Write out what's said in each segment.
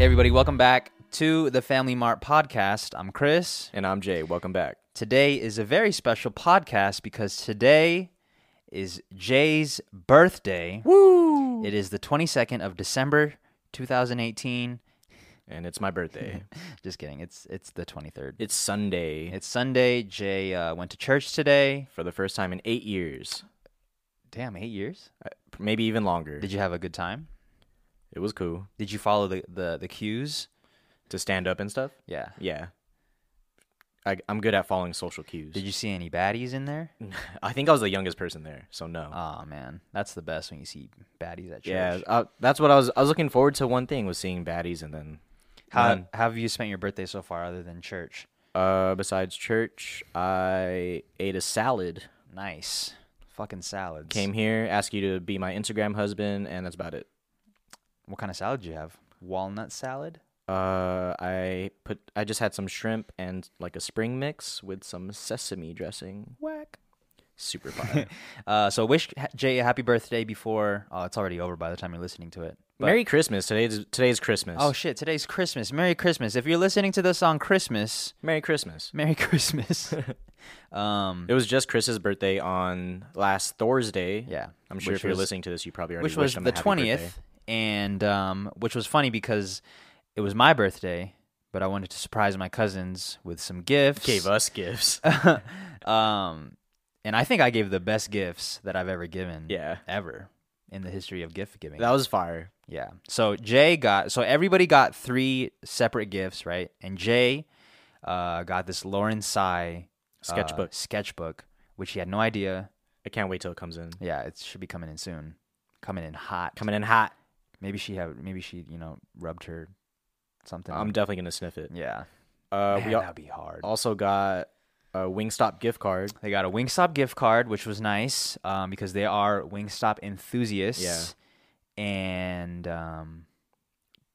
everybody. Welcome back to the Family Mart podcast. I'm Chris. And I'm Jay. Welcome back. Today is a very special podcast because today is Jay's birthday. Woo! It is the 22nd of December 2018. And it's my birthday. Just kidding. It's it's the 23rd. it's Sunday It's Sunday. Jay uh, went to church today. for the first time in eight years, Damn, 8 years? maybe even longer. Did you have a good time? it was cool Did you follow the the, the cues? to stand up and stuff. Yeah. Yeah. I, I'm good at following social cues. Did you see any baddies in there? I think I was the youngest person there, so no. Oh man, that's the best when you see baddies at church. yeah, uh, that's what I was. I was looking forward to one thing was seeing baddies, and then How, none. how have you spent your birthday so far, other than church? Uh, besides church, I ate a salad. Nice, fucking salads. Came here, asked you to be my Instagram husband, and that's about it. What kind of salad do you have? Walnut salad. Uh, I put I just had some shrimp and like a spring mix with some sesame dressing. Whack. Super fire. Uh, so wish ha- Jay a happy birthday before. Oh, it's already over by the time you're listening to it. But- Merry Christmas. Today's today's Christmas. Oh shit! Today's Christmas. Merry Christmas. If you're listening to this on Christmas, Merry Christmas. Merry Christmas. um, It was just Chris's birthday on last Thursday. yeah. I'm sure which if you're was- listening to this, you probably already which was wished him the a happy birthday. twentieth, and um, which was funny because it was my birthday, but I wanted to surprise my cousins with some gifts. Gave us gifts. um, and I think I gave the best gifts that I've ever given. yeah, ever in the history of gift giving. that was fire. yeah. So Jay got so everybody got three separate gifts, right? And Jay uh, got this Lauren Sai uh, Sketchbook. sketchbook, which he had no idea. Uh, I can't wait till it comes in. Yeah, it should be coming in soon. Coming in hot. Coming in hot. Maybe she had. Maybe she, you know, rubbed her something. I'm definitely gonna sniff it. yeah, Uh, Man, we al- that'd be hard. also got a Wingstop gift card. They got a Wingstop gift card, which was nice um, because they are Wingstop enthusiasts. And um,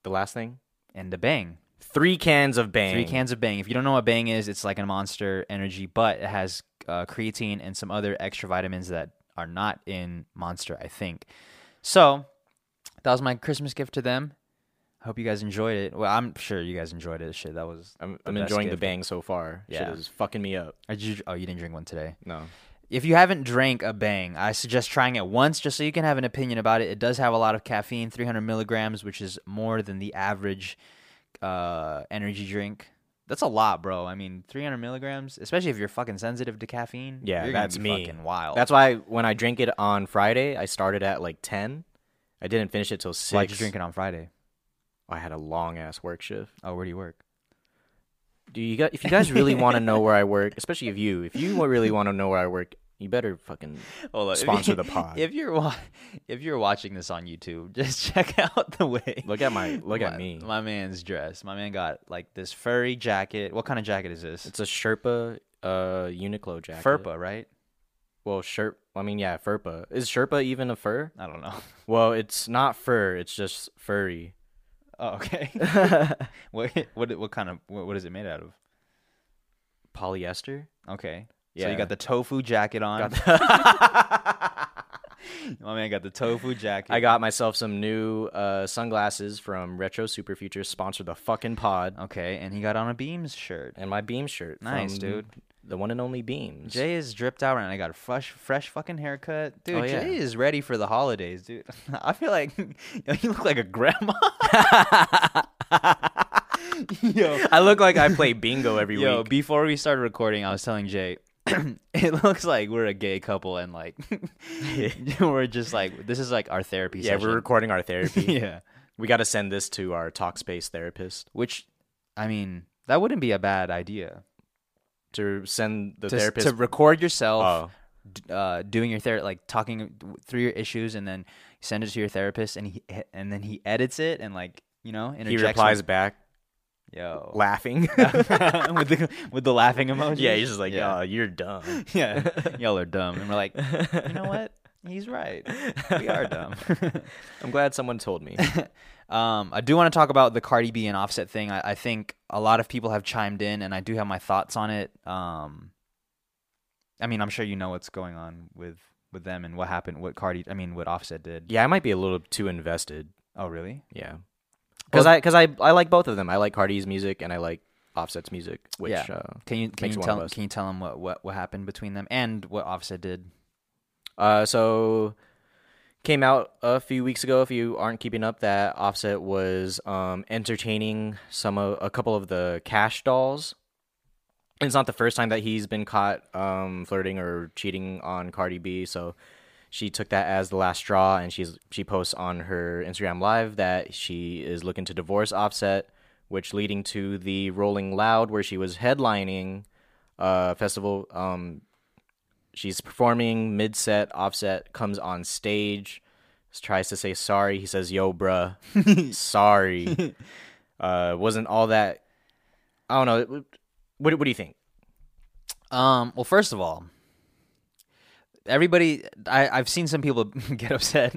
The last thing, and the Bang. three cans of Bang. Three cans of Bang. If you don't know what Bang is, it's like a Monster Energy, but it has uh, creatine and some other extra vitamins that are not in Monster, I think. So that was my Christmas gift to them. Hope you guys enjoyed it. Well, I'm sure you guys enjoyed it. Shit, that was. I'm, the I'm best enjoying the gift. bang so far. Yeah. Shit is fucking me up. Or did you- oh, you didn't drink one today. No. If you haven't drank a bang, I suggest trying it once just so you can have an opinion about it. It does have a lot of caffeine, 300 milligrams, which is more than the average uh, energy drink. That's a lot, bro. I mean, 300 milligrams, especially if you're fucking sensitive to caffeine. Yeah, you're gonna that's be me. Fucking wild. That's why when I drank it on Friday, I started at like 10. I didn't finish it till 6. why'd you drink it on Friday. I had a long ass work shift. Oh, where do you work? Do you guys, if you guys really want to know where I work, especially if you, if you really want to know where I work, you better fucking Hold sponsor the pod. If you're wa- if you're watching this on YouTube, just check out the way. look at my look my- at me. My man's dress. My man got like this furry jacket. What kind of jacket is this? It's a Sherpa uh Uniqlo jacket. Furpa, right? Well, Sherp. I mean, yeah, Furpa. Is Sherpa even a fur? I don't know. Well, it's not fur. It's just furry. Oh, okay. what what what kind of what, what is it made out of? Polyester. Okay. So Yeah. you got the tofu jacket on. My man got the tofu jacket. I got myself some new uh, sunglasses from Retro Super Future, sponsored the fucking pod, okay, and he got on a Beams shirt. and my Beam shirt. Nice, from dude. The one and only Beams. Jay is dripped out right now. I got a fresh, fresh fucking haircut, dude. Oh, yeah. Jay is ready for the holidays, dude. I feel like you look like a grandma. yo, I look like I play bingo every yo. week. Before we started recording, I was telling Jay, it looks like we're a gay couple, and like we're just like this is like our therapy. Yeah, we're session. recording our therapy. yeah. We got to send this to our Talkspace therapist Which, I mean, that wouldn't be a bad idea. to send the To, s- therapist. to record yourself Oh. d uh, doing your therapy, like talking through your issues, and then send it to your therapist, and he and then he edits it, and like you know, he interjects replies with, back, "Yo," laughing. with Oh. the with the laughing emoji. yeah, he's just like, yeah, "Aw, you're dumb." yeah, y'all are dumb, and we're like, you know what? He's right. We are dumb. I'm glad someone told me. Um, I do want to talk about the Cardi B and Offset thing. I, I think a lot of people have chimed in, and I do have my thoughts on it. Um, I mean, I'm sure you know what's going on with with them and what happened, what Cardi, I mean, what Offset did. yeah, I might be a little too invested. Oh, really? Yeah. because I because I I like both of them. I like Cardi's music and I like Offset's music. Which Yeah. uh, Can you can Makes you one of tell us. can you tell them what, what what happened between them and what Offset did? Uh, so came out a few weeks ago. If you aren't keeping up, that Offset was um, entertaining some of a couple of the Cash dolls. And It's not the first time that he's been caught um, flirting or cheating on Cardi B. So she took that as the last straw, and she's she posts on her Instagram Live that she is looking to divorce Offset, which leading to the Rolling Loud where she was headlining uh, festival um, She's performing mid set. Offset comes on stage, s- tries to say sorry. He says, "Yo, bruh, sorry." Uh, wasn't all that? I don't know. It- What What do you think? Um, well, first of all, everybody, I, I've seen some people get upset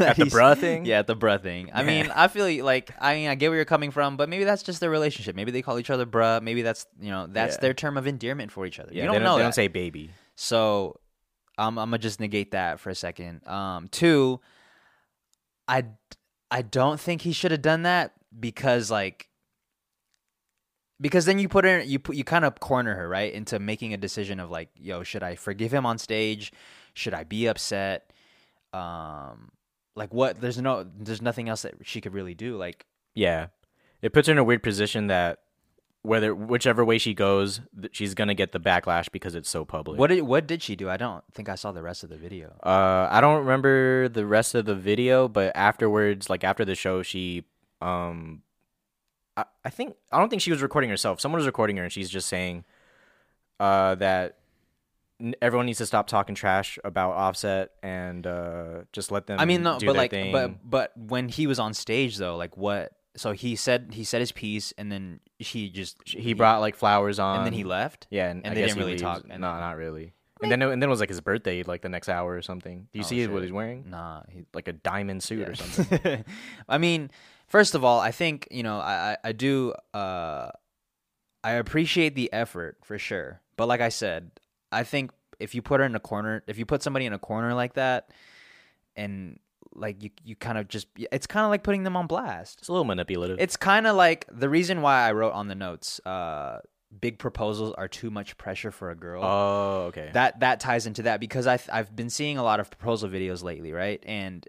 At the bruh thing? Yeah, at the bruh thing. I mean, I feel you- like I mean, I get where you're coming from, but maybe that's just their relationship. Maybe they call each other bruh. Maybe that's you know that's Yeah. their term of endearment for each other. you they don't, know. They that. don't say baby. So I'm I'm gonna just negate that for a second. Um, two, I I don't think he should have done that because like because then you put her you put you kind of corner her right into making a decision of like yo should I forgive him on stage should I be upset um like what there's no there's nothing else that she could really do like Yeah, it puts her in a weird position that whether whichever way she goes, th- she's gonna get the backlash because it's so public. what did what did she do I don't think I saw the rest of the video Uh, I don't remember the rest of the video, but afterwards, like after the show, she, um, I, I think I don't think she was recording herself. Someone was recording her, and she's just saying, uh, that n- everyone needs to stop talking trash about Offset and uh, just let them. I mean, no, do but their like, thing. but but when he was on stage though, like what? So he said he said his piece, and then he just he brought like flowers on, and then he left. Yeah, and, and I they guess didn't he really leaves. talk, No, and then- not really. And then, and then it was like his birthday, like the next hour or something. Do you Oh, see what shit. he's wearing? Nah, he, Like a diamond suit or something. I mean, first of all, I think you know I I, I do uh, I appreciate the effort for sure, but like I said, I think if you put her in a corner, if you put somebody in a corner like that, and like you you kind of just it's kind of like putting them on blast. It's a little manipulative. It's kind of like the reason why I wrote on the notes. Uh, big proposals are too much pressure for a girl. oh, okay. that that ties into that because I I've been seeing a lot of proposal videos lately, right? And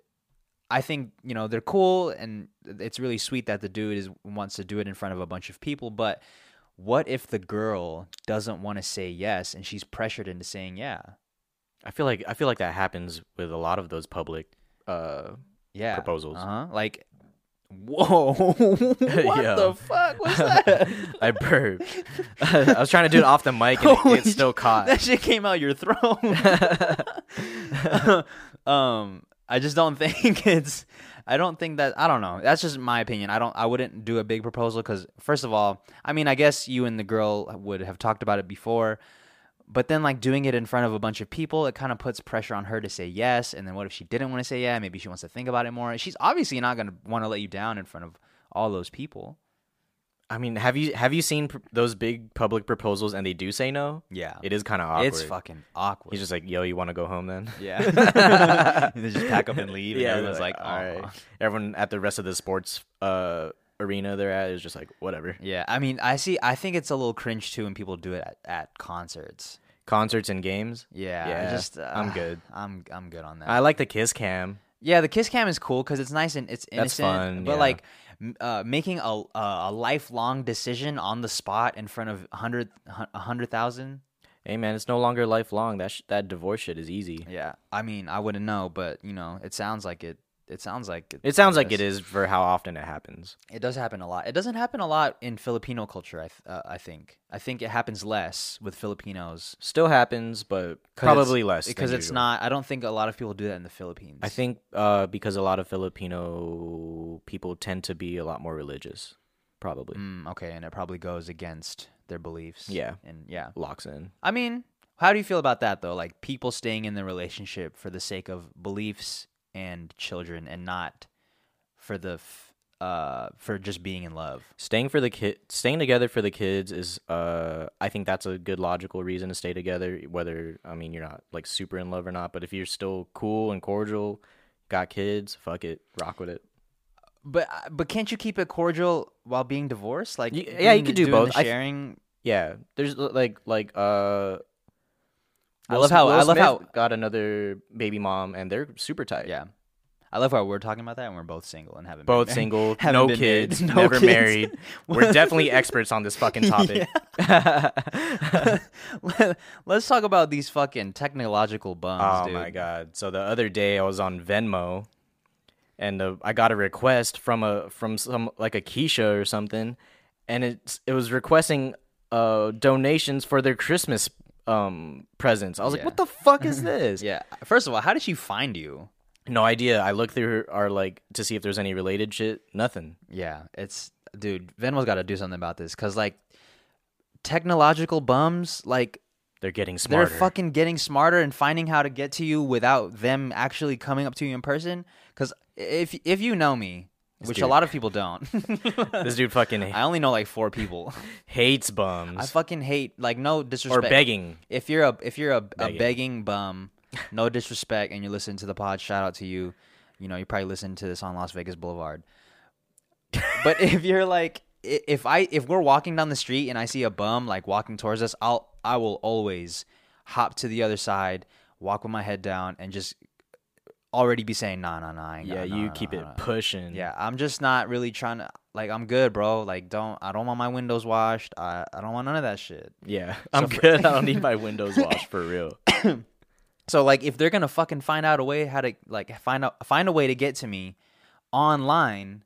I think you know they're cool, and it's really sweet that the dude is wants to do it in front of a bunch of people. But what if the girl doesn't want to say yes, and she's pressured into saying yeah? I feel like I feel like that happens with a lot of those public. Uh, Yeah. Proposals. Uh huh. Like, whoa, what the Yo. fuck was that? I burped. I was trying to do it off the mic and Holy it, it still sh- caught. That shit came out your throat. um, I just don't think it's. I don't think that. I don't know. That's just my opinion. I don't. I wouldn't do a big proposal because, first of all, I mean, I guess you and the girl would have talked about it before, but then like doing it in front of a bunch of people, it kind of puts pressure on her to say yes. And then what if she didn't want to say yeah? Maybe she wants to think about it more. She's obviously not gonna want to let you down in front of all those people. I mean, have you have you seen pr- those big public proposals and they do say no? Yeah, It is kind of awkward. it's fucking awkward. He's just like, "Yo, you want to go home then?" Yeah. they just pack up and leave. Yeah, and they're everyone's like, "All "Aw." right." Everyone at the rest of the sports uh, arena they're at is just like, whatever. Yeah. I mean, I see. I think it's a little cringe too when people do it at, at concerts. Concerts and games. Yeah. Yeah, I just, uh, I'm good. I'm I'm good on that. I like the kiss cam. yeah, the kiss cam is cool because it's nice and it's innocent. fun, but yeah. like m- uh, making a a a lifelong decision on the spot in front of hundred a hundred thousand. Hey man, it's no longer lifelong. That sh- that divorce shit is easy. Yeah. I mean, I wouldn't know, but you know, it sounds like it. It sounds like it. It sounds like it is for how often it happens. It does happen a lot. It doesn't happen a lot in Filipino culture. I th- uh, I think. I think it happens less with Filipinos. Still happens, but 'cause it's- probably less than because it's usual. not. I don't think a lot of people do that in the Philippines. I think uh, because a lot of Filipino people tend to be a lot more religious, probably Mm, okay, and it probably goes against their beliefs. Yeah. and yeah. locks in. I mean, how do you feel about that though? Like people staying in the relationship for the sake of beliefs and children, and not for the f- uh for just being in love. Staying for the kid, staying together for the kids is, uh, I think that's a good logical reason to stay together. Whether I mean you're not like super in love or not, but if you're still cool and cordial, got kids, fuck it, rock with it. But uh, but can't you keep it cordial while being divorced? Like Y- yeah, you doing could the- do doing the both. I th- sharing. Yeah, there's l- like like uh. I Will love Sm- how- Will I love Smith how- got another baby mom and they're super tight. yeah, I love how we're talking about that and we're both single and haven't been both married. single, Haven't no been kids, married. No never kids. married. We're definitely experts on this fucking topic. Let's talk about these fucking technological bums, Oh dude. my god! So the other day I was on Venmo, and uh, I got a request from a from some like a Keisha or something, and it's it was requesting uh donations for their Christmas um presents. I was Yeah. like, what the fuck is this? Yeah. First of all, how did she find you? No idea. I looked through her, our like to see if there's any related shit. Nothing. Yeah, it's dude. Venmo's got to do something about this because like technological bums, like They're getting smarter. they're fucking getting smarter and finding how to get to you without them actually coming up to you in person. Because if if you know me, which a dude- lot of people don't, this dude fucking uh, I only know like four people. hates I bums fucking hate like no or disrespect. begging. if you're a if you're a, a Begging. begging bum, no disrespect, and you listen to the pod, shout out to you. You know, you probably listen to this on Las Vegas Boulevard. But if you're like, i- if I if we're walking down the street and I see a bum like walking towards us, I'll I will always hop to the other side, walk with my head down, and just already be saying nah nah nah. I ain't got- Yeah, nah, you nah, keep nah, it nah." pushing. Yeah, I'm just not really trying to like I'm good, bro. Like don't I don't want my windows washed. I I don't want none of that shit. yeah. I'm for- good. I don't need my windows washed for real. So like if they're gonna fucking find out a way how to like find out find a way to get to me online,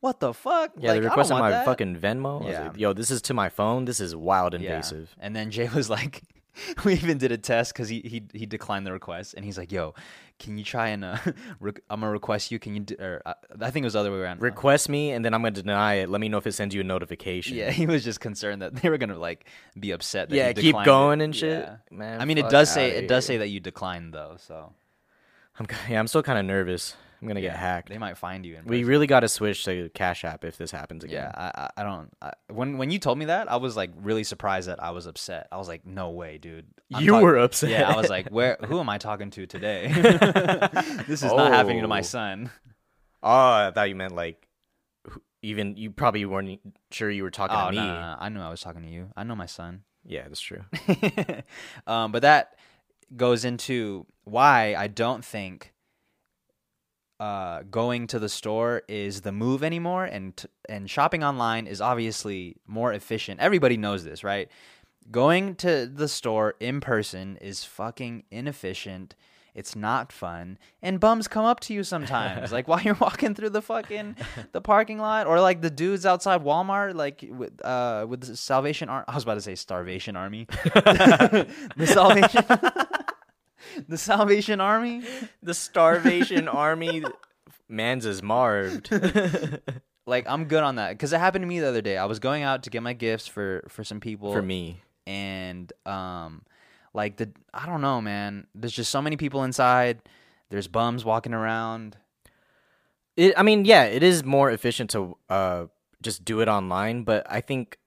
what the fuck? Yeah, like, they I don't requested want my that. fucking Venmo. I was Yeah. like, Yo, this is to my phone. This is wild Yeah. invasive. And then Jay was like, we even did a test because he, he he declined the request, and he's like, "Yo, can you try and uh, re- I'm gonna request you? Can you d- or uh, I think it was the other way around. Request me, and then I'm gonna deny it. Let me know if it sends you a notification. yeah, he was just concerned that they were gonna like be upset. That he yeah. Keep declined it. going and shit. Yeah. Man, I mean, it fuck does say outta it does here. say that you declined though, so I'm, ki- yeah, I'm still kind of nervous. I'm gonna get hacked. they might find you. In We really got to switch to Cash App if this happens Yeah, again. I, I, I don't. I, when when you told me that, I was like really surprised that I was upset. I was like, no way, dude. I'm You were upset. Yeah, I was like, where? Who am I talking to today? this is not happening to my Oh. son. Oh, I thought you meant like who- even you probably weren't e, sure you were talking Oh to me. no, no, no, I knew I was talking to you. I know my son. Yeah, that's true. um, but that goes into why I don't think uh, going to the store is the move anymore, and t- and shopping online is obviously more efficient. Everybody knows this, right? Going to the store in person is fucking inefficient. It's not fun, and bums come up to you sometimes, like while you're walking through the fucking the parking lot, or like the dudes outside Walmart, like with uh with the Salvation Army. I was about to say Starvation Army. the Salvation, the Salvation Army. the Starvation Army, man's is marved. Like I'm good on that because it happened to me the other day. I was going out to get my gifts for for some people For me, and um, like the I don't know, man. There's just so many people inside. There's bums walking around. it, I mean, yeah, it is more efficient to uh, just do it online, but I think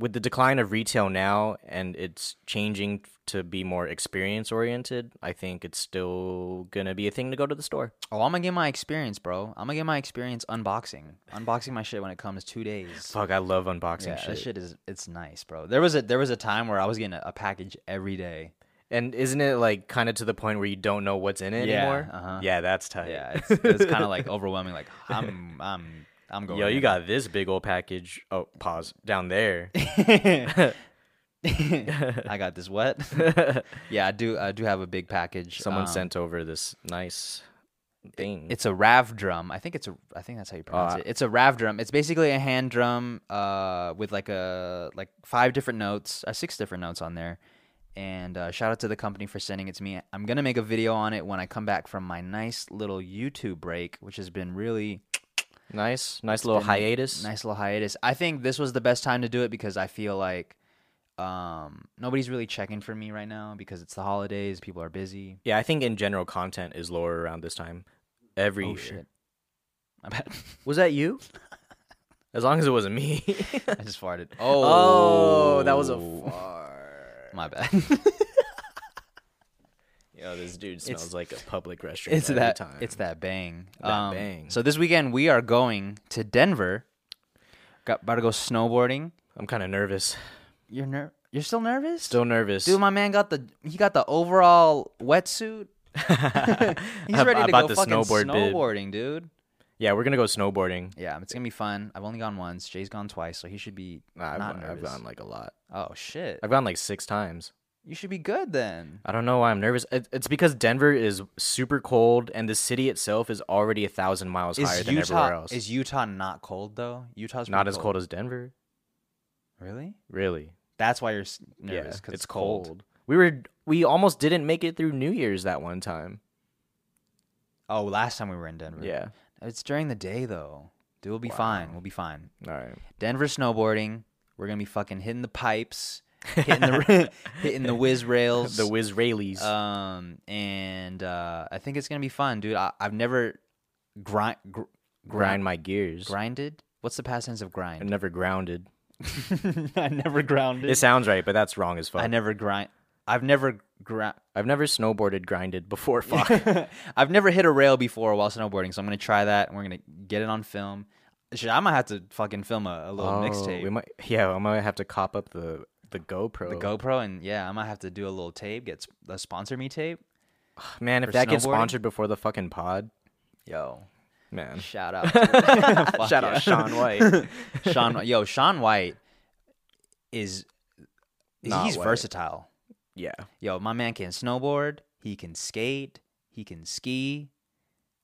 with the decline of retail now and it's changing to be more experience oriented, I think it's still gonna be a thing to go to the store. Oh, I'm gonna get my experience, bro. I'm gonna get my experience unboxing, unboxing my shit when it comes two days. Fuck, I love unboxing Yeah, that shit. shit is it's nice, bro. There was a there was a time where I was getting a, a package every day. And isn't it like kind of to the point where you don't know what's in it Yeah, anymore? uh-huh. Yeah, that's tight. Yeah, it's, it's kind of like overwhelming. Like I'm I'm I'm going. Yo, you in. got this big old package. Oh, pause down there. Uh-huh. I got this wet. yeah, I do. I do have a big package. Someone Um, sent over this nice thing. It's a Rav drum. I think it's a. I think that's how you pronounce I- it. It's a Rav drum. It's basically a hand drum, uh, with like a like five different notes, uh, six different notes on there. And uh, shout out to the company for sending it to me. I'm gonna make a video on it when I come back from my nice little YouTube break, which has been really nice, nice little been hiatus. Nice little hiatus. I think this was the best time to do it because I feel like um, nobody's really checking for me right now because it's the holidays. People are busy. Yeah, I think in general content is lower around this time. Every Oh year. shit! My bad. Was that you? as long as it wasn't me. I just farted. Oh, oh, that was a Oh. fart. my bad. oh, this dude It's- smells like a public restroom. It's every that time. it's that bang. Um, That bang. So this weekend we are going to Denver. Got about to go snowboarding. I'm kind of nervous. You're ner- you're still nervous? Still nervous. Dude, my man got the he got the overall wetsuit. He's I- ready I to bought go the fucking snowboard bib. snowboarding, dude. yeah, we're gonna go snowboarding. Yeah, it's gonna be fun. I've only gone once. Jay's gone twice, so he should be Nah, I've, not I've nervous. gone like a lot. Oh shit! I've gone like six times. You should be good then. I don't know why I'm nervous. It, it's because Denver is super cold, and the city itself is already a thousand miles higher Is than everywhere Utah else. is Utah not cold though? Utah's Not pretty as cold as Denver, Really? really. That's why you're s- nervous yeah, because it's cold. We were we almost didn't make it through New Year's that one time. Oh, last time we were in Denver. Yeah. It's during the day though. Dude, we'll be fine. We'll be fine. All right. Denver snowboarding. We're gonna be fucking hitting the pipes, hitting the hitting the whiz rails. The Wizraelis. um, and uh, I think it's gonna be fun, dude. I, I've never grind gr- grind my gears. grinded. What's the past tense of I'm grind? never grounded. I never grounded. It sounds right, but that's wrong as fuck. I never grind. I've never grind. I've never snowboarded grinded before. Fuck. I've never hit a rail before while snowboarding, so I'm gonna try that, and we're gonna get it on film. Shit, I might have to fucking film a, a little mixtape. Oh, We might, yeah, I might have to cop up the the GoPro. the GoPro, and yeah, I might have to do a little tape. Get s- a sponsor me tape. man, if for that gets snowboarding? sponsored before the fucking pod, Yo, man. shout out, Fuck Shout yeah. out Sean White. Sean. Yo, Sean White is is- Not he's white. versatile. yeah, Yo, my man can snowboard. He can skate. He can ski.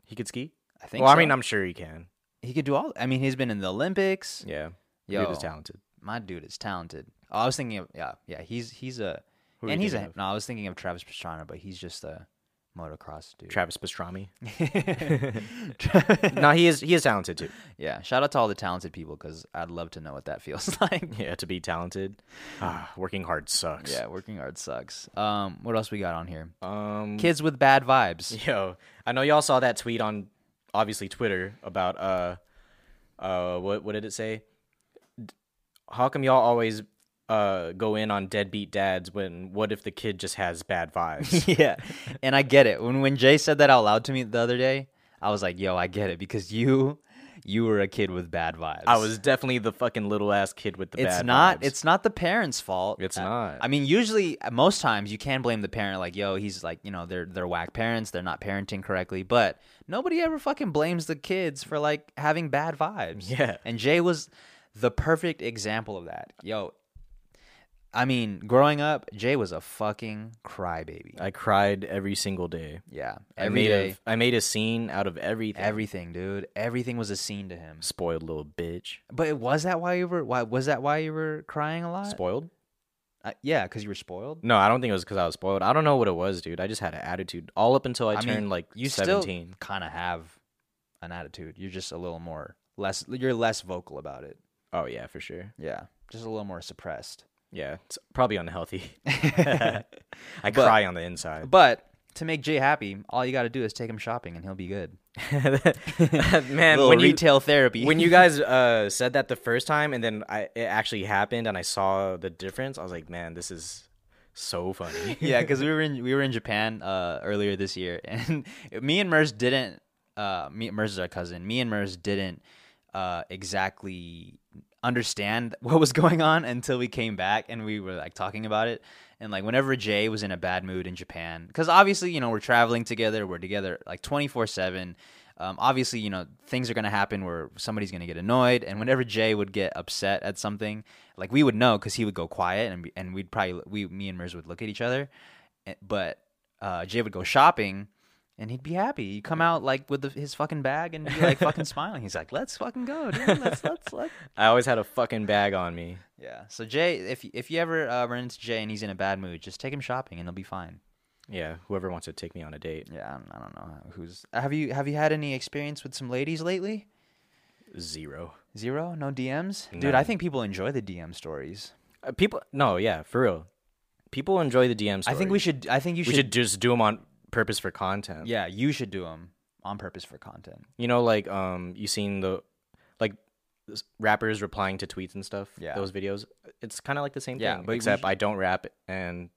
he could ski. I think. Well, I so. mean, I'm sure he can. he could do all. I mean, he's been in the Olympics. Yeah, Yo, dude is talented. my dude is talented. Oh, I was thinking of yeah, yeah. He's he's a Who are and you he's a thinking of? no. I was thinking of Travis Pastrana, but he's just a motocross dude. Travis Pastrami. Tra- no, he is. He is talented too. yeah, shout out to all the talented people because I'd love to know what that feels like. Yeah, to be talented, ah, working hard sucks. Yeah, working hard sucks. Um, what else we got on here? Um. Kids with bad vibes. Yo, I know y'all saw that tweet on obviously Twitter about uh uh what what did it say? D- How come y'all always uh go in on deadbeat dads when what if the kid just has bad vibes? yeah, and I get it. When when Jay said that out loud to me the other day, I was like, "Yo, I get it because you you were a kid with bad vibes." I was definitely the fucking little ass kid with the It's bad not. vibes. It's not the parents' fault. It's Uh, not. I mean, usually, uh, most times, you can blame the parent. Like, yo, he's like, you know, they're they're whack parents. They're not parenting correctly. But nobody ever fucking blames the kids for like having bad vibes. Yeah. And Jay was the perfect example of that. Yo, I mean, growing up, Jay was a fucking crybaby. I cried every single day. Yeah. I Every made day, a I made a scene out of everything. everything, dude. Everything was a scene to him. Spoiled little bitch. But it- was that why you were? Why was that why you were crying a lot? Spoiled? Uh, yeah, because you were spoiled. No, I don't think it was because I was spoiled. I don't know what it was, dude. I just had an attitude all up until I, mean, turned like you seventeen. still kind of have an attitude. You're just a little more less. You're less vocal about it. Oh yeah, for sure. Yeah, just a little more suppressed. Yeah, it's probably unhealthy. I cry on the inside. But to make Jay happy, all you got to do is take him shopping, and he'll be good. Man, little when you, retail therapy. when you guys uh, said that the first time, and then I, it actually happened, and I saw the difference, I was like, man, this is so funny. yeah, because we were in we were in Japan uh, earlier this year, and me and Mers didn't. Uh, me Mers is our cousin. Me and Mers didn't uh, exactly understand what was going on until we came back and we were like talking about it. And like whenever Jay was in a bad mood in Japan, because obviously you know we're traveling together, we're together like twenty four seven. Um, obviously, you know things are gonna happen where somebody's gonna get annoyed, and whenever Jay would get upset at something, like we would know because he would go quiet, and and we'd probably we me and Mers would look at each other, and- but uh, Jay would go shopping, and he'd be happy. He'd come out like with the, his fucking bag and be like fucking smiling. He's like, "Let's fucking go, dude. Let's let's let's." I always had a fucking bag on me. Yeah. So Jay, if if you ever uh, run into Jay and he's in a bad mood, just take him shopping and he'll be fine. Yeah, whoever wants to take me on a date, Yeah, I don't, I don't know who's. Have you have you had any experience with some ladies lately? zero. Zero, no DMs, dude. None. I think people enjoy the DM stories. Uh, people, no, yeah, for real. People enjoy the DM. I think we stories. should. I think you we should. should just do them on purpose for content. Yeah, you should do them on purpose for content. You know, like um, you seen the like s- rappers replying to tweets and stuff. Yeah. those videos. It's kind of like the same Yeah, thing, but we except should- I don't rap and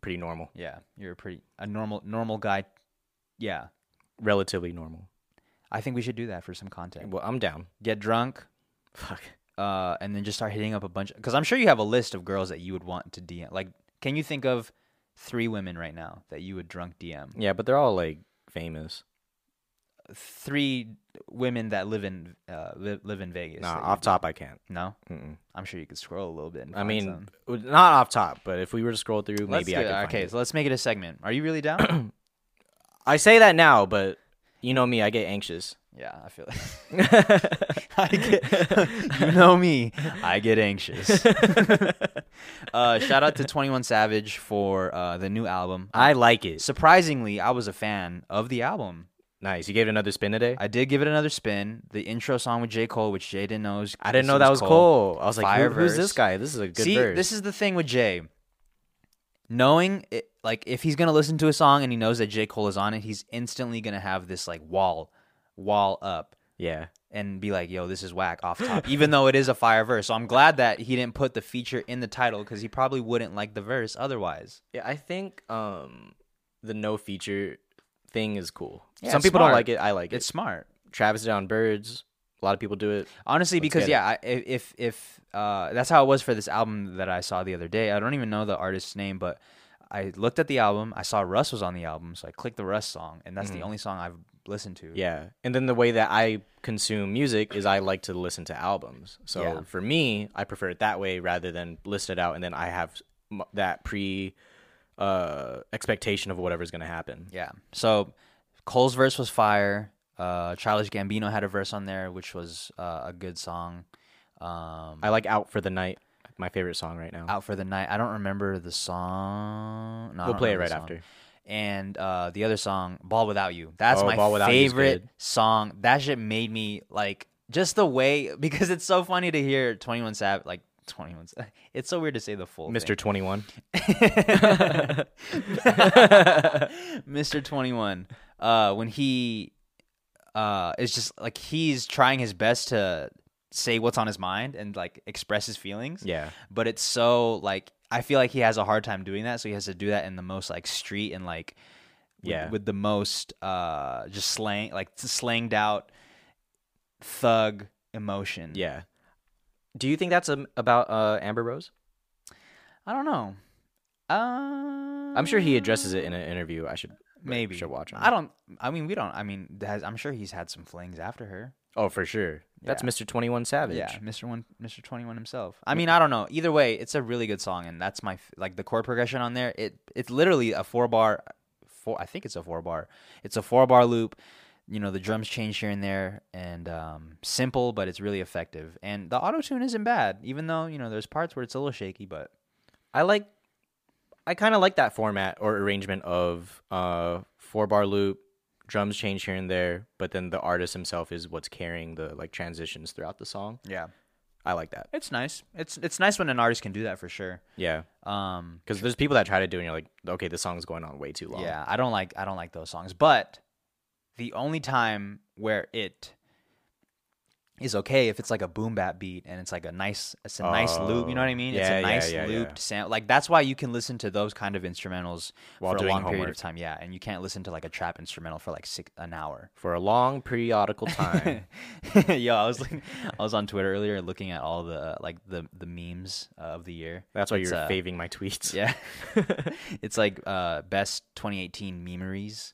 pretty normal, Yeah, you're a pretty a normal normal guy. Yeah, relatively normal. I think we should do that for some content. Well, I'm down. Get drunk, Fuck. uh, and then just start hitting up a bunch. Because I'm sure you have a list of girls that you would want to DM. Like, can you think of three women right now that you would drunk DM? Yeah, but they're all like famous. Three women that live in uh, li- live in Vegas. Nah, that you- off top I can't. No, Mm-mm. I'm sure you could scroll a little bit. And I find mean, some. w- not off top, but if we were to scroll through, Let's maybe do I it. could. find Okay, it. so let's make it a segment. Are you really down? I say that now, but you know me, I get anxious. yeah, I feel. I get, you know me. I get anxious. uh, shout out to Twenty One Savage for uh, the new album. I like it. Surprisingly, I was a fan of the album. Nice. You gave it another spin today. I, I did give it another spin. The intro song with J Cole, which Jay didn't know. is- didn't know that was Cole. I was like, Fire Who, who's verse. this guy? This is a good See, verse. this is the thing with Jay. Knowing, it, like, if he's gonna listen to a song and he knows that J Cole is on it, he's instantly gonna have this like wall, wall up. yeah. and be like, "Yo, this is whack off top," even though it is a fire verse. So I'm glad that he didn't put the feature in the title because he probably wouldn't like the verse otherwise. Yeah, I think um the no feature thing is cool. Yeah, Some it's people smart. don't like it. I like it. It's smart, Travis down birds. A lot of people do it. honestly, because get it. yeah, I, if if uh, that's how it was for this album that I saw the other day. I don't even know the artist's name, but I looked at the album. I saw Russ was on the album, so I clicked the Russ song, and that's the only song I've listened to. Mm-hmm. Yeah. And then the way that I consume music is I like to listen to albums. So Yeah. for me, I prefer it that way rather than list it out and then I have m- that pre uh expectation of whatever's going to happen. Yeah. So Cole's verse was fire. Uh, Childish Gambino had a verse on there, which was uh, a good song. Um, I like Out for the Night, my favorite song right now. out for the night. I don't remember the song. No, I we'll don't play it remember right the song. after. And uh, the other song, "Ball Without You." That's Oh, my Ball Without You is favorite good. song. That shit made me like just the way because it's so funny to hear Twenty One Savage like Twenty One. It's so weird to say the full Mr. 21. Mister Twenty One. Uh, when he uh, is just like he's trying his best to say what's on his mind and like express his feelings Yeah. but it's so like I feel like he has a hard time doing that, so he has to do that in the most like street and like with, Yeah. with the most uh just slang like slanged out thug emotion. Yeah. Do you think that's um, about uh Amber Rose? I don't know. Uh, I'm sure he addresses it in an interview. I should Maybe should watch him. I don't. I mean, we don't. I mean, has, I'm sure he's had some flings after her. Oh, for sure. That's Yeah. Mr. 21 Savage. Yeah, Mr. One, Mr. Twenty One himself. I mean, I don't know. Either way, it's a really good song, and that's my f- like the chord progression on there. It it's literally a four bar, four. I think it's a four bar. It's a four bar loop. You know, the drums change here and there, and um, simple, but it's really effective. And the auto tune isn't bad, even though you know there's parts where it's a little shaky. But I like I kind of like that format or arrangement of uh four bar loop, drums change here and there, but then the artist himself is what's carrying the like transitions throughout the song. yeah, I like that. it's nice. It's it's nice when an artist can do that for sure. Yeah. Um, Cuz there's people that try to do it and you're like, okay, this song's going on way too long. Yeah, I don't like I don't like those songs. But the only time where it is okay if it's like a boom bap beat and it's like a nice it's a nice loop, you know what I Oh, mean? yeah, it's a yeah, nice yeah, yeah. looped sound. Like that's why you can listen to those kind of instrumentals While for a doing long period homework. of time. Yeah, and you can't listen to like a trap instrumental for like six, an hour. For a long periodical time. Yo, I was like, I was on Twitter earlier looking at all the uh, like the the memes of the year. That's why you're uh, faving my tweets. Yeah. it's like uh best 2018 memeries.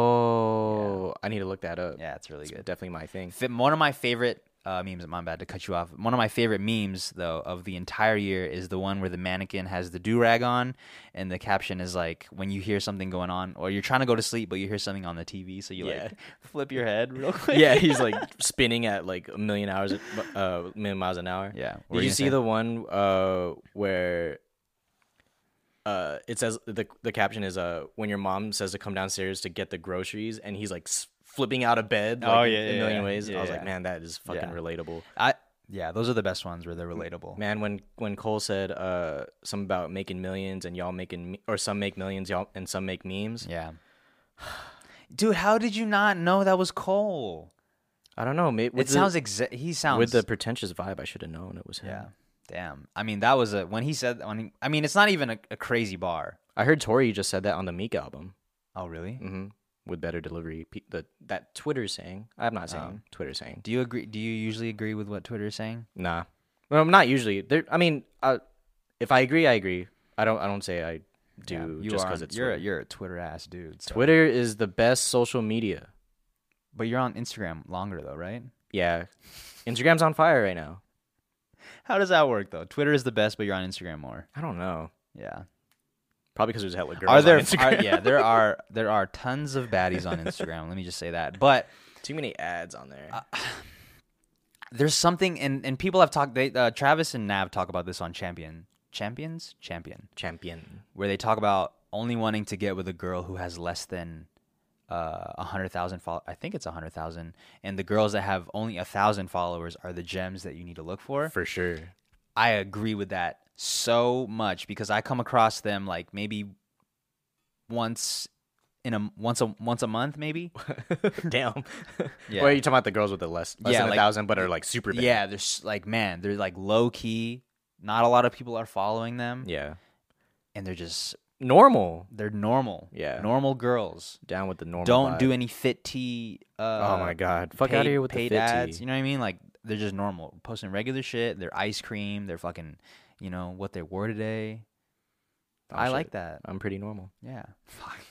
Oh, I need to look that up. Yeah, it's really good. Definitely my thing. Fi- One of my favorite uh, memes. My bad to cut you off. One of my favorite memes though of the entire year is the one where the mannequin has the do rag on, and the caption is like, "When you hear something going on, or you're trying to go to sleep, but you hear something on the TV, so you Yeah. like flip your head real quick." yeah, he's like spinning at like a million hours, uh, million miles an hour. Yeah. What were Did you you gonna see say? the one uh where uh it says the the caption is uh when your mom says to come downstairs to get the groceries and he's like s- flipping out of bed like, Oh, yeah, a yeah, million yeah. ways. Yeah, I was yeah. like, man, that is fucking Yeah. relatable. I yeah, those are the best ones where they're relatable. Man, when when Cole said uh something about making millions and y'all making me- or some make millions y'all and some make memes. Yeah. Dude, how did you not know that was Cole? I don't know. Maybe It with the, sounds exa- he sounds with the pretentious vibe, I should have known it was him. yeah. Damn. I mean, that was a when he said when he, I mean, it's not even a, a crazy bar. I heard Tori just said that on the Meek album. Oh, really? hmm With better delivery, Pe- the, that Twitter's saying. I'm not saying. Um, Twitter's saying. Do you agree? Do you usually agree with what Twitter is saying? Nah. Well, not usually. There. I mean, I, if I agree, I agree. I don't. I don't say I do Yeah, you just are because on- it's you're a, Twitter. you're a Twitter ass dude. so- Twitter is the best social media. but you're on Instagram longer though, right? Yeah, Instagram's on fire right now. How does that work though? Twitter is the best, but you're on Instagram more. I don't know. Yeah. Probably because there's hella girls Are there? on Instagram. Are, yeah, there are. There are tons of baddies on Instagram. let me just say that. But Too many ads on there. Uh, there's something, and and people have talked. They uh, Travis and Nav talk about this on Champion. Champions, Champion. Champion. where they talk about only wanting to get with a girl who has less than uh, a hundred thousand follow. I think it's a hundred thousand, and the girls that have only a thousand followers are the gems that you need to look for. For sure. I agree with that so much because I come across them like maybe once in a once a once a month, maybe. Damn. Yeah. Well, you're talking about the girls with the less, less Yeah, than like- a thousand, but are like super big. yeah, they're s- like man, they're like low key. Not a lot of people are following them, Yeah. and they're just Normal. they're normal. Yeah. normal girls. Down with the normal. Don't vibe. do any fit tea. Uh, Oh my god. Fuck paid- out of here with paid the 50. ads. You know what I mean? Like they're just normal, posting regular shit. Their ice cream, their fucking, you know what they wore today. Oh, I shit. like that. I'm pretty normal. Yeah. Fuck.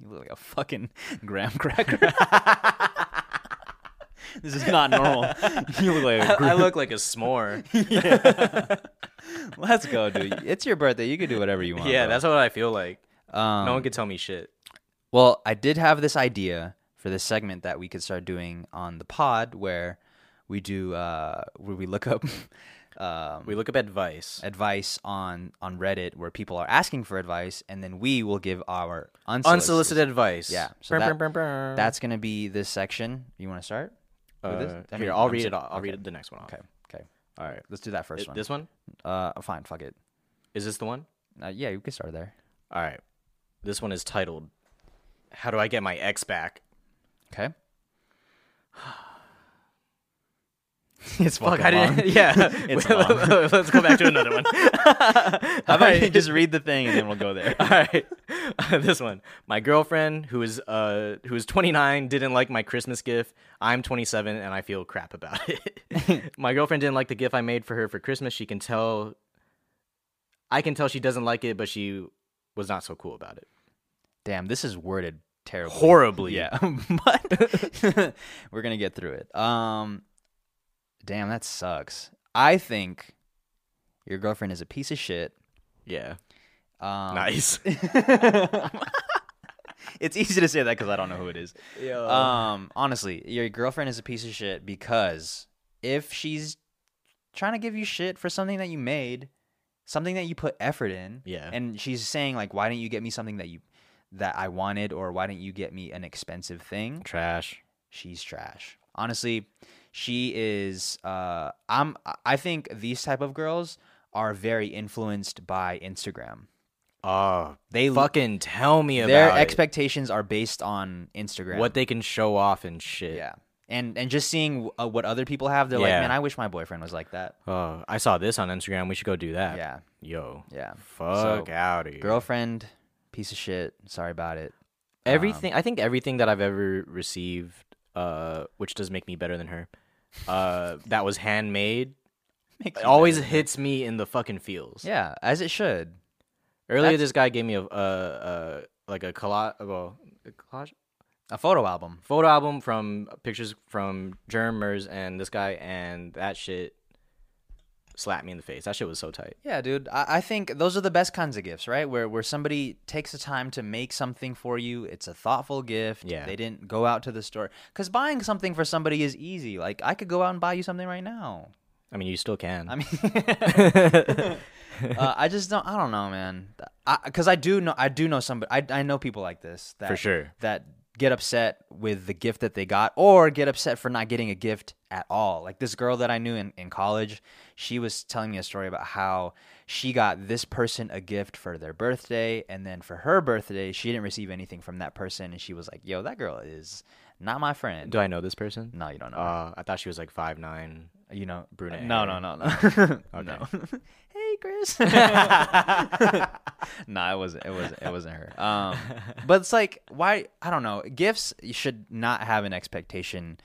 You look like a fucking graham cracker. this is not normal. you look like a gr- look like a s'more. Let's go, dude. It's your birthday. You can do whatever you want. yeah, bro. that's what I feel like. um, no one could tell me shit. Well, I did have this idea for this segment that we could start doing on the pod where we do uh where we look up um We look up advice. advice on on Reddit where people are asking for advice and then we will give our unsolicited. Unsolicited advice. Yeah, so Brr, that- brr, brr, brr. That's going to be this section. You want to start? Uh, with this? I mean, here, I'll I'm read sa- it. I'll, I'll okay. read it the next one. Off. Okay. Okay. All right. Let's do that first It- one. This one Uh fine, fuck it. is this the one? Uh, yeah, you can start there. All right. This one is titled How do I get my ex back? Okay. it's Fuck, fucking I didn't. long. Yeah, It's Well, Let's go back to another one. How about you Alright. just read the thing and then we'll go there. All right, this one. My girlfriend, who is uh, who is 29, didn't like my Christmas gift. I'm 27, and I feel crap about it. my girlfriend didn't like the gift I made for her for Christmas. She can tell. I can tell she doesn't like it, but she was not so cool about it. Damn, this is worded terribly. Horribly. Yeah, but we're gonna get through it. Um, damn, that sucks. I think your girlfriend is a piece of shit. Yeah. Um, Nice. It's easy to say that because I don't know who it is. Uh. Um, honestly, your girlfriend is a piece of shit because if she's trying to give you shit for something that you made, something that you put effort in, Yeah. and she's saying like, why didn't you get me something that you that I wanted, or why didn't you get me an expensive thing? Trash. she's trash. Honestly, she is. Uh, I'm. I think these type of girls are very influenced by Instagram. Oh, They fucking tell me about their it. expectations are based on Instagram. what they can show off and shit. yeah, and and just seeing uh, what other people have, they're like, Yeah. man, I wish my boyfriend was like that. Oh, I saw this on Instagram. We should go do that. Yeah, Yo. yeah. Fuck So, out of here. Girlfriend, piece of shit. Sorry about it. Everything. I think everything that I've ever received, uh, which does make me better than her, uh, that was handmade, Makes it you always better. hits me in the fucking feels. Yeah, as it should. Earlier, this guy gave me a, uh, uh, like a collage, well, a collage A photo album. photo album from pictures from Germers and this guy, and that shit slapped me in the face. That shit was so tight. Yeah, dude. I, I think those are the best kinds of gifts, right? Where where somebody takes the time to make something for you. It's a thoughtful gift. Yeah. They didn't go out to the store because buying something for somebody is easy. Like I could go out and buy you something right now. I mean, you still can. I mean, uh, I just don't. I don't know, man. Because I, do know. I do know somebody. I I know people like this that For sure. that get upset with the gift that they got or get upset for not getting a gift at all. Like this girl that I knew in, in college, she was telling me a story about how she got this person a gift for their birthday and then for her birthday she didn't receive anything from that person and she was like, Yo, that girl is not my friend. Do I know this person? no, you don't know. her. Uh, I thought she was like five nine. you know brunette No, hair. no, no, no. Okay. No. hey hey Chris. no, it wasn't. It wasn't. It wasn't her. Um, but it's like why I don't know. Gifts you should not have an expectation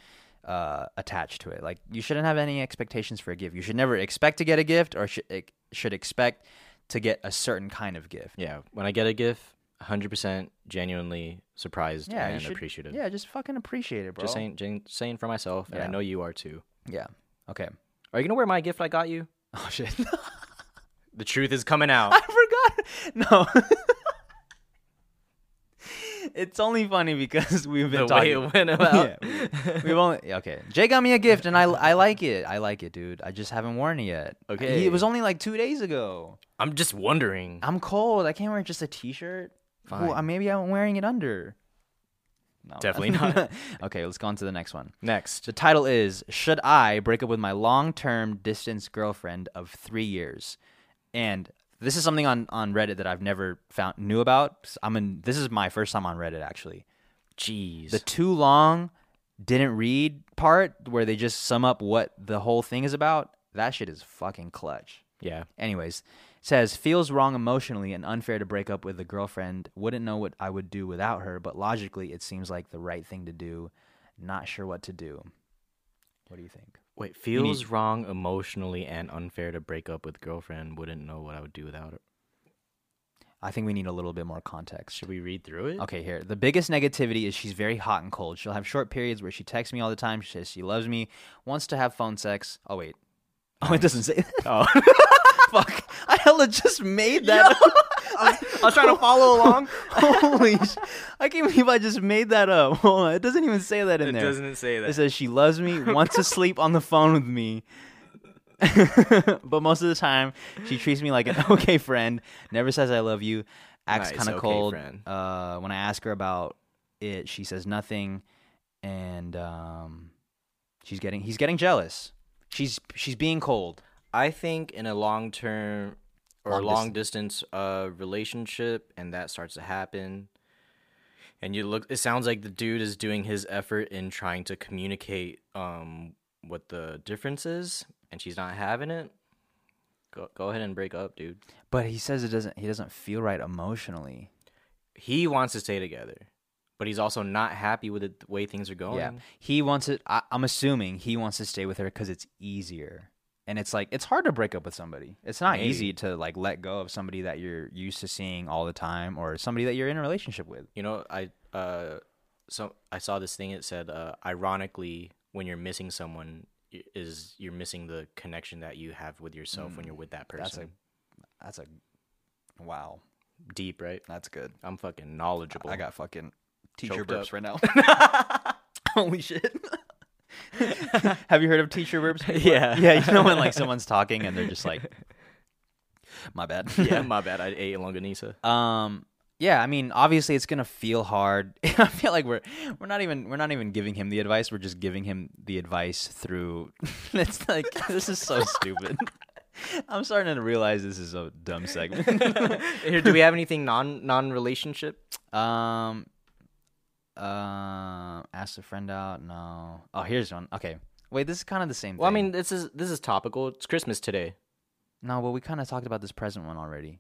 uh, attached to it. Like you shouldn't have any expectations for a gift. You should never expect to get a gift, or should should expect to get a certain kind of gift. Yeah, when I get a gift, 100% genuinely surprised Yeah, you and should- appreciative. Yeah, just fucking appreciate it, bro. Just saying, gen- saying for myself, and I Yeah. know you are too. Yeah. Okay. Are you gonna wear my gift I got you? Oh shit. The truth is coming out. I forgot. No. it's only funny because we've been the way talking. it went about. Yeah, we- we've only yeah, okay. Jay got me a gift, and I I like it. I like it, dude. I just haven't worn it yet. Okay. it was only like two days ago. I'm just wondering. I'm cold. I can't wear just a t-shirt. Well, Fine. I- maybe I'm wearing it under. No. Definitely not. okay, let's go on to the next one. Next, The title is Should I Break Up with My Long Term Distance Girlfriend of Three Years? And this is something on, on Reddit that I've never found knew about. S- I'm in, this is my first time on Reddit actually. jeez. The too long didn't read part where they just sum up what the whole thing is about, that shit is fucking clutch. yeah, Anyways, it says feels wrong emotionally and unfair to break up with a girlfriend. Wouldn't know what I would do without her, but logically it seems like the right thing to do. Not sure what to do. What do you think? wait. Feels wrong emotionally and unfair to break up with girlfriend. Wouldn't know what I would do without her. I think we need a little bit more context. Should we read through it? Okay, here. The biggest negativity is she's very hot and cold. She'll have short periods where she texts me all the time. She says she loves me, wants to have phone sex. Oh wait. Oh, it doesn't say. Oh. Fuck. I hella just made that. up. I was trying to follow along. Holy sh- I can't believe I just made that up. Hold on. It doesn't even say that in It there. doesn't say It that. says she loves me, wants to sleep on the phone with me. but most of the time, she treats me like an okay friend. Never says I love you. Acts Nice, kind of okay cold. friend. Uh, when I ask her about it, she says nothing, and um, she's getting he's getting jealous. She's she's being cold. I think in a long term or Long long distance uh, relationship, and that starts to happen, and you look, it sounds like the dude is doing his effort in trying to communicate um, what the difference is, and she's not having it. Go, go ahead and break up, dude. But he says it doesn't. He doesn't feel right emotionally. He wants to stay together, but he's also not happy with it, the way things are going. Yeah, he wants it. I, I'm assuming he wants to stay with her because it's easier, and it's like it's hard to break up with somebody. It's not Maybe. easy to like let go of somebody that you're used to seeing all the time, or somebody that you're in a relationship with. You know, I uh, so I saw this thing. It said, uh, ironically, when you're missing someone, i- is you're missing the connection that you have with yourself when you're with that person. Mm, That's That's a wow. deep, right? That's good. I'm fucking knowledgeable. I got fucking teacher Choked burps up. right now. Holy shit. Have you heard of teacher burps? before? Yeah. yeah. You know when like someone's talking and they're just like, "My bad." yeah, my bad. I ate longanisa. Um yeah, I mean obviously it's going to feel hard. I feel like we're we're not even we're not even giving him the advice, we're just giving him the advice through it's like this is so stupid. I'm starting to realize this is a dumb segment. Here, do we have anything non non relationship? um uh, ask a friend out. No. Oh, here's one. Okay. Wait, this is kind of the same Well, I thing. mean, this is this is topical. It's Christmas today. No, but we kind of talked about this present one already.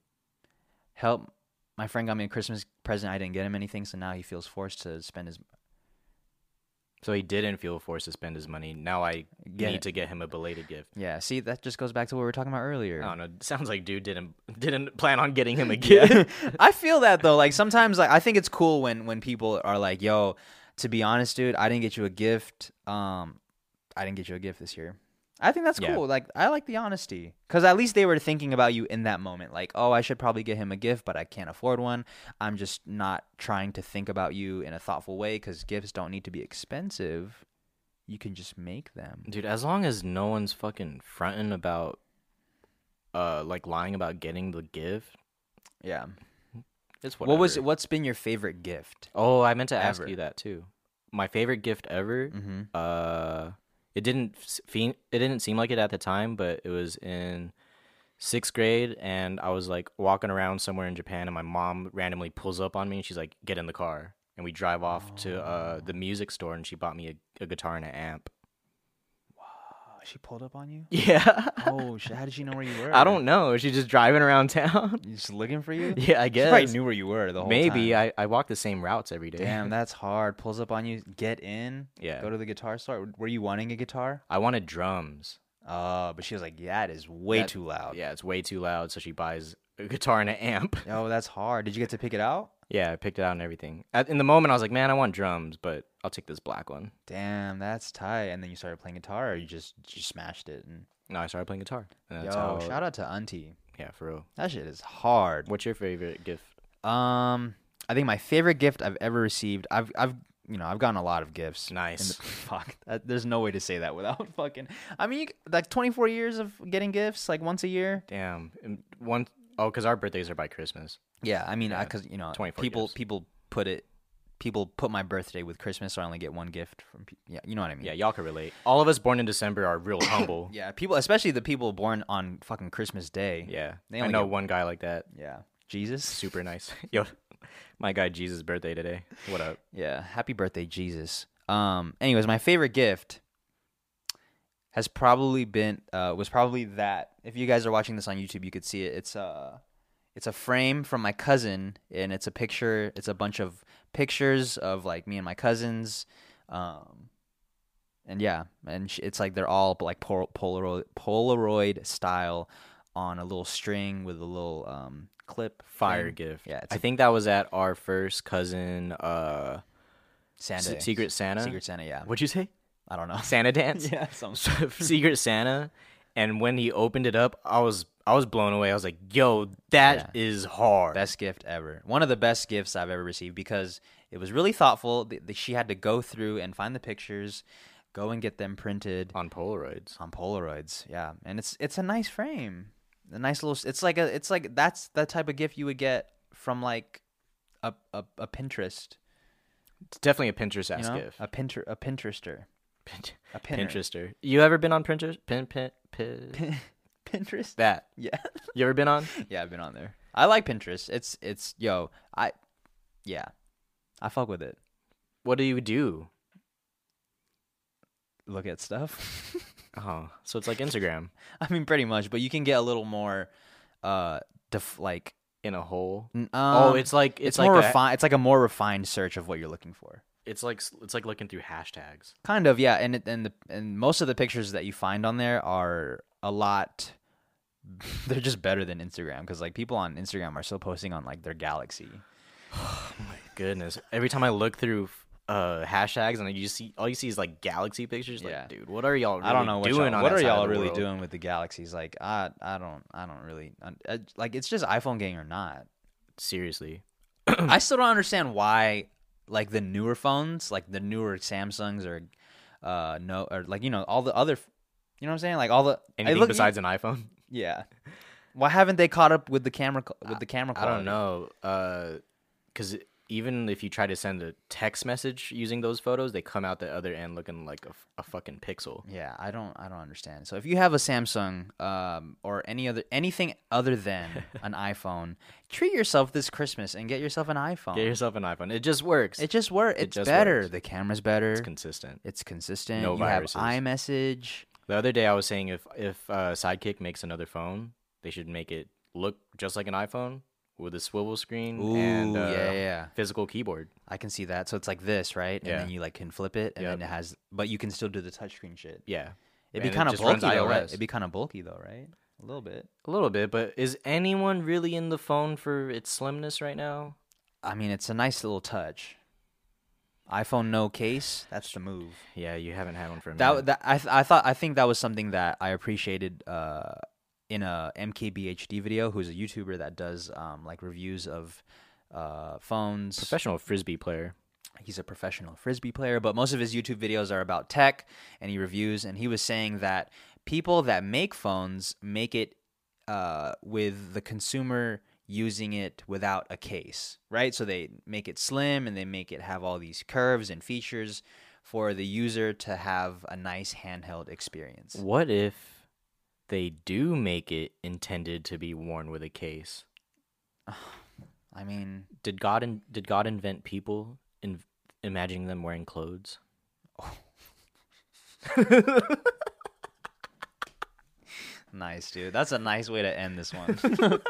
Help. My friend got me a Christmas present. I didn't get him anything, so now he feels forced to spend his So he didn't feel forced to spend his money. Now I Get need it. to get him a belated gift. Yeah, see, that just goes back to what we were talking about earlier. I don't know. it Sounds like dude didn't didn't plan on getting him a gift. Yeah. I feel that though. Like sometimes, like I think it's cool when when people are like, "Yo, to be honest, dude, I didn't get you a gift. Um, I didn't get you a gift this year." I think that's Yeah. cool. Like I like the honesty because at least they were thinking about you in that moment. Like, oh, I should probably get him a gift, but I can't afford one. I'm just not trying to think about you in a thoughtful way because gifts don't need to be expensive. You can just make them. Dude, as long as no one's fucking fronting about, uh, like lying about getting the gift, Yeah. it's whatever. What was? What's been your favorite gift? Oh, I meant to ask Ever. you that too. My favorite gift ever. Mm-hmm. Uh, it didn't s- fe- it didn't seem like it at the time, but it was in sixth grade, and I was like walking around somewhere in Japan, and my mom randomly pulls up on me, and she's like, "Get in the car," and we drive Oh. off to uh the music store, and she bought me a, a guitar and an amp. She pulled up on you. Yeah. Oh shit! How did she know where you were? I don't know. She's just driving around town. Just looking for you. yeah, I She probably guess. knew where you were the whole Maybe time. I, I walk the same routes every day. Damn, that's hard. Pulls up on you. Get in. Yeah. Go to the guitar store. Were you wanting a guitar? I wanted drums. Uh, but she was like, "Yeah, it is way That- too loud." Yeah, it's way too loud, so she buys a guitar and an amp. Oh, that's hard. Did you get to pick it out? Yeah, I picked it out and everything. At, in the moment, I was like, man, I want drums, but I'll take this black one. Damn, that's tight. And then you started playing guitar, or you just you smashed it. And No, I started playing guitar. And yo, that's how, shout out to Auntie. Yeah, for real. That shit is hard. What's your favorite gift? Um, I think my favorite gift I've ever received. I've I've you know I've gotten a lot of gifts. in Nice. the- fuck. That, there's no way to say that without fucking. I mean, you, c- like 24 years of getting gifts, like once a year. Damn. And One, oh, because our birthdays are by Christmas. Yeah, I mean, because you know, 24 people gifts. people put it. People put my birthday with Christmas, so I only get one gift from. pe- Yeah, you know what I mean. Yeah, y'all can relate. All of us born in December are real humble. Yeah, people, especially the people born on fucking Christmas Day. Yeah. They I only know get- one guy like that. Yeah. Jesus. Super nice. Yo, my guy Jesus' birthday today. What up? Yeah. Happy birthday, Jesus. Um. Anyways, my favorite gift has probably been uh was probably that. If you guys are watching this on YouTube, you could see it. It's uh it's a frame from my cousin, and it's a picture. It's a bunch of pictures of like me and my cousins. Um. And yeah, and sh- it's like they're all like pol- Polaroid, Polaroid style on a little string with a little um, clip. Fire thing. gift. Yeah, it's I a- think that was at our first cousin uh Santa. Se- Secret Santa. Secret Santa, yeah. What'd you say? I don't know. Santa dance. yeah, some So, Secret Santa, and when he opened it up, I was I was blown away. I was like, "Yo, that is hard." best gift ever. One of the best gifts I've ever received because it was really thoughtful. Th- th- She had to go through and find the pictures, go and get them printed on Polaroids. on Polaroids. Yeah, and it's it's a nice frame, a nice little. s- It's like a it's like that's the type of gift you would get from like a a, a Pinterest, It's definitely a Pinterest you ass know, gift. a Pinter a Pinterester, Pin- a pinner. Pinterester. You ever been on Pinterest? Pin pin pin. Pinterest. that Yeah. you ever been on? Yeah, I've been on there. I like Pinterest. It's it's yo, I yeah. I fuck with it. What do you do? Look at stuff. Oh, so it's like Instagram I mean pretty much, but you can get a little more uh def- like in a hole. n- oh, um, it's like it's, it's, like more a- refined it's like a more refined search of what you're looking for. It's like s- it's like looking through hashtags. Kind of, yeah, and it, and the and most of the pictures that you find on there are a lot they're just better than Instagram cuz like people on Instagram are still posting on like their galaxy. Goodness, every time I look through uh hashtags and like, you see all you see is like galaxy pictures. Like, Yeah. dude, what are y'all? Really I don't know what doing y'all, on what that are side of y'all the really world? doing with the galaxies. Like I I don't I don't really I, I- like it's just iPhone gang or not. Seriously, I still don't understand why like the newer phones, like the newer Samsungs or uh no or like you know all the other f- you know what I'm saying? Like all the I Anything look- e besides an iPhone? yeah. Why haven't they caught up with the camera co- with the camera I quality? don't know. Because even if you try to send a text message using those photos, they come out the other end looking like a, f- a fucking pixel. Yeah, I don't I don't understand. So if you have a Samsung um, or any other anything other than an iPhone, treat yourself this Christmas and get yourself an iPhone. Get yourself an iPhone. It just works. It just works. It's just better. works. The camera's better. It's, It's consistent. consistent. No you viruses. have iMessage. The other day, I was saying if if uh, Sidekick makes another phone, they should make it look just like an iPhone with a swivel screen and Ooh, uh, yeah, yeah, yeah. physical keyboard. I can see that. So it's like this, right? And Yeah. then you like can flip it, and Yep. then it has. But you can still do the touchscreen shit. Yeah, It'd And be it kind of just runs bulky, though, right? iOS. It'd be kind of bulky, though, right? A little bit. a little bit. But is anyone really in the phone for its slimness right now? I mean, it's a nice little touch. iPhone no case. That's the move. Yeah, you haven't had one for a That minute. that I th- I thought I think that was something that I appreciated uh, in a MKBHD video, who's a YouTuber that does um, like reviews of uh, phones. professional frisbee player. he's a professional frisbee player, but most of his YouTube videos are about tech and he reviews. And he was saying that people that make phones make it uh, with the consumer using it without a case, right? So they make it slim and they make it have all these curves and features for the user to have a nice handheld experience. What if they do make it intended to be worn with a case? I mean, Did God in, did God invent people in imagining them wearing clothes? Nice, dude. That's a nice way to end this one.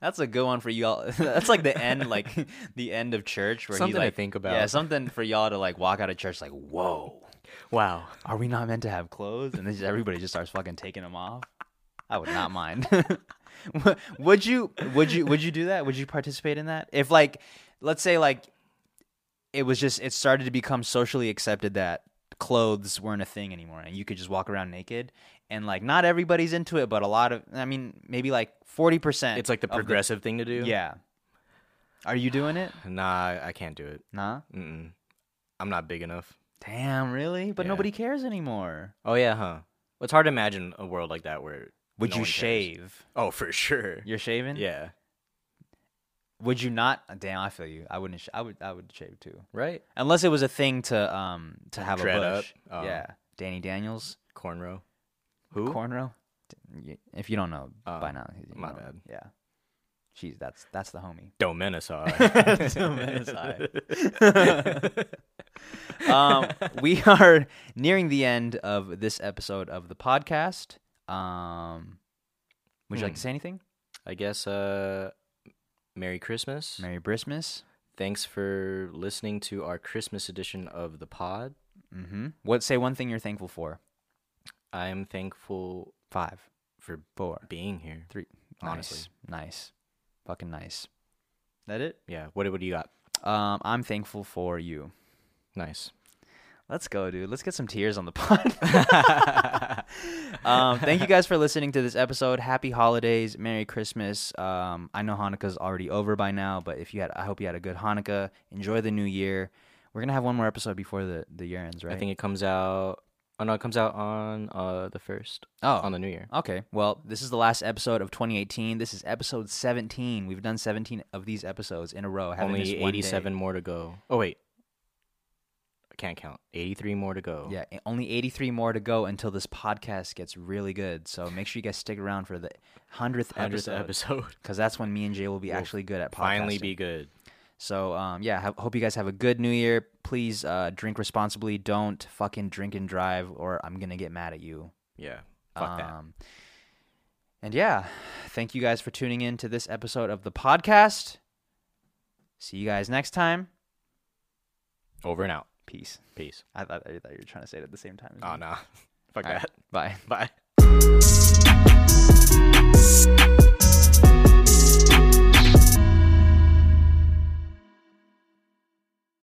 That's a good one for y'all. That's like the end, like the end of church, where Something he to like think about. Yeah, something for y'all to like walk out of church like, whoa, Wow. are we not meant to have clothes? And then just, everybody just starts fucking taking them off. I would not mind. would you? Would you? Would you do that? Would you participate in that? If like, let's say like, it was just it started to become socially accepted that clothes weren't a thing anymore, and you could just walk around naked. And like, not everybody's into it, but a lot of, I mean, maybe like forty percent. It's like the progressive thing to do. yeah. Are you doing it? Nah, I can't do it. Nah. Mm-mm. I'm not big enough. Damn, really? But Yeah. nobody cares anymore. Oh yeah, huh? It's hard to imagine a world like that where. Would no you one cares. shave? Oh, for sure. You're shaving? Yeah. Would you not? Uh, Damn, I feel you. I wouldn't. Sh- I would. I would shave too, Right. unless it was a thing to um to have Dread a up? bush. Oh. Yeah, Danny Daniels, Cornrow. Who? cornrow. D- y- If you don't know Oh, by now, you my know. bad. Yeah, jeez, that's that's the homie. Domenicide. um, we are nearing the end of this episode of the podcast. Um, would you like Hmm. to say anything? I guess. Uh, Merry Christmas. Merry Christmas. Thanks for listening to our Christmas edition of the pod. Mm-hmm. What? Say one thing you're thankful for. I am thankful Five, for four, being here. three. Honestly. nice, nice. fucking nice. That it? Yeah. What What do you got? Um, I'm thankful for you. Nice. Let's go, dude. Let's get some tears on the pod. um, thank you guys for listening to this episode. Happy holidays, Merry Christmas. Um, I know Hanukkah's already over by now, but if you had, I hope you had a good Hanukkah. Enjoy the new year. We're gonna have one more episode before the the year ends, right? I think it comes out. Oh no, it comes out on uh the first oh, on the new year. Okay. Well, this is the last episode of 2018. This is episode 17. We've done 17 of these episodes in a row. having this Only one day. 87 more to go. Oh wait, I can't count. 83 more to go. Yeah, and only 83 more to go until this podcast gets really good. So make sure you guys stick around for the 100th, hundredth episode. episode. Because that's when me and Jay will be actually good at podcasting. Finally, be good. So, um, yeah, have, hope you guys have a good new year. Please uh, drink responsibly. Don't fucking drink and drive, or I'm going to get mad at you. Yeah. Fuck that. that. And yeah, thank you guys for tuning in to this episode of the podcast. See you guys next time. Over and out. Peace. Peace. I thought, I thought you were trying to say it at the same time. as Oh me. no. Fuck All right, that. Bye. Bye.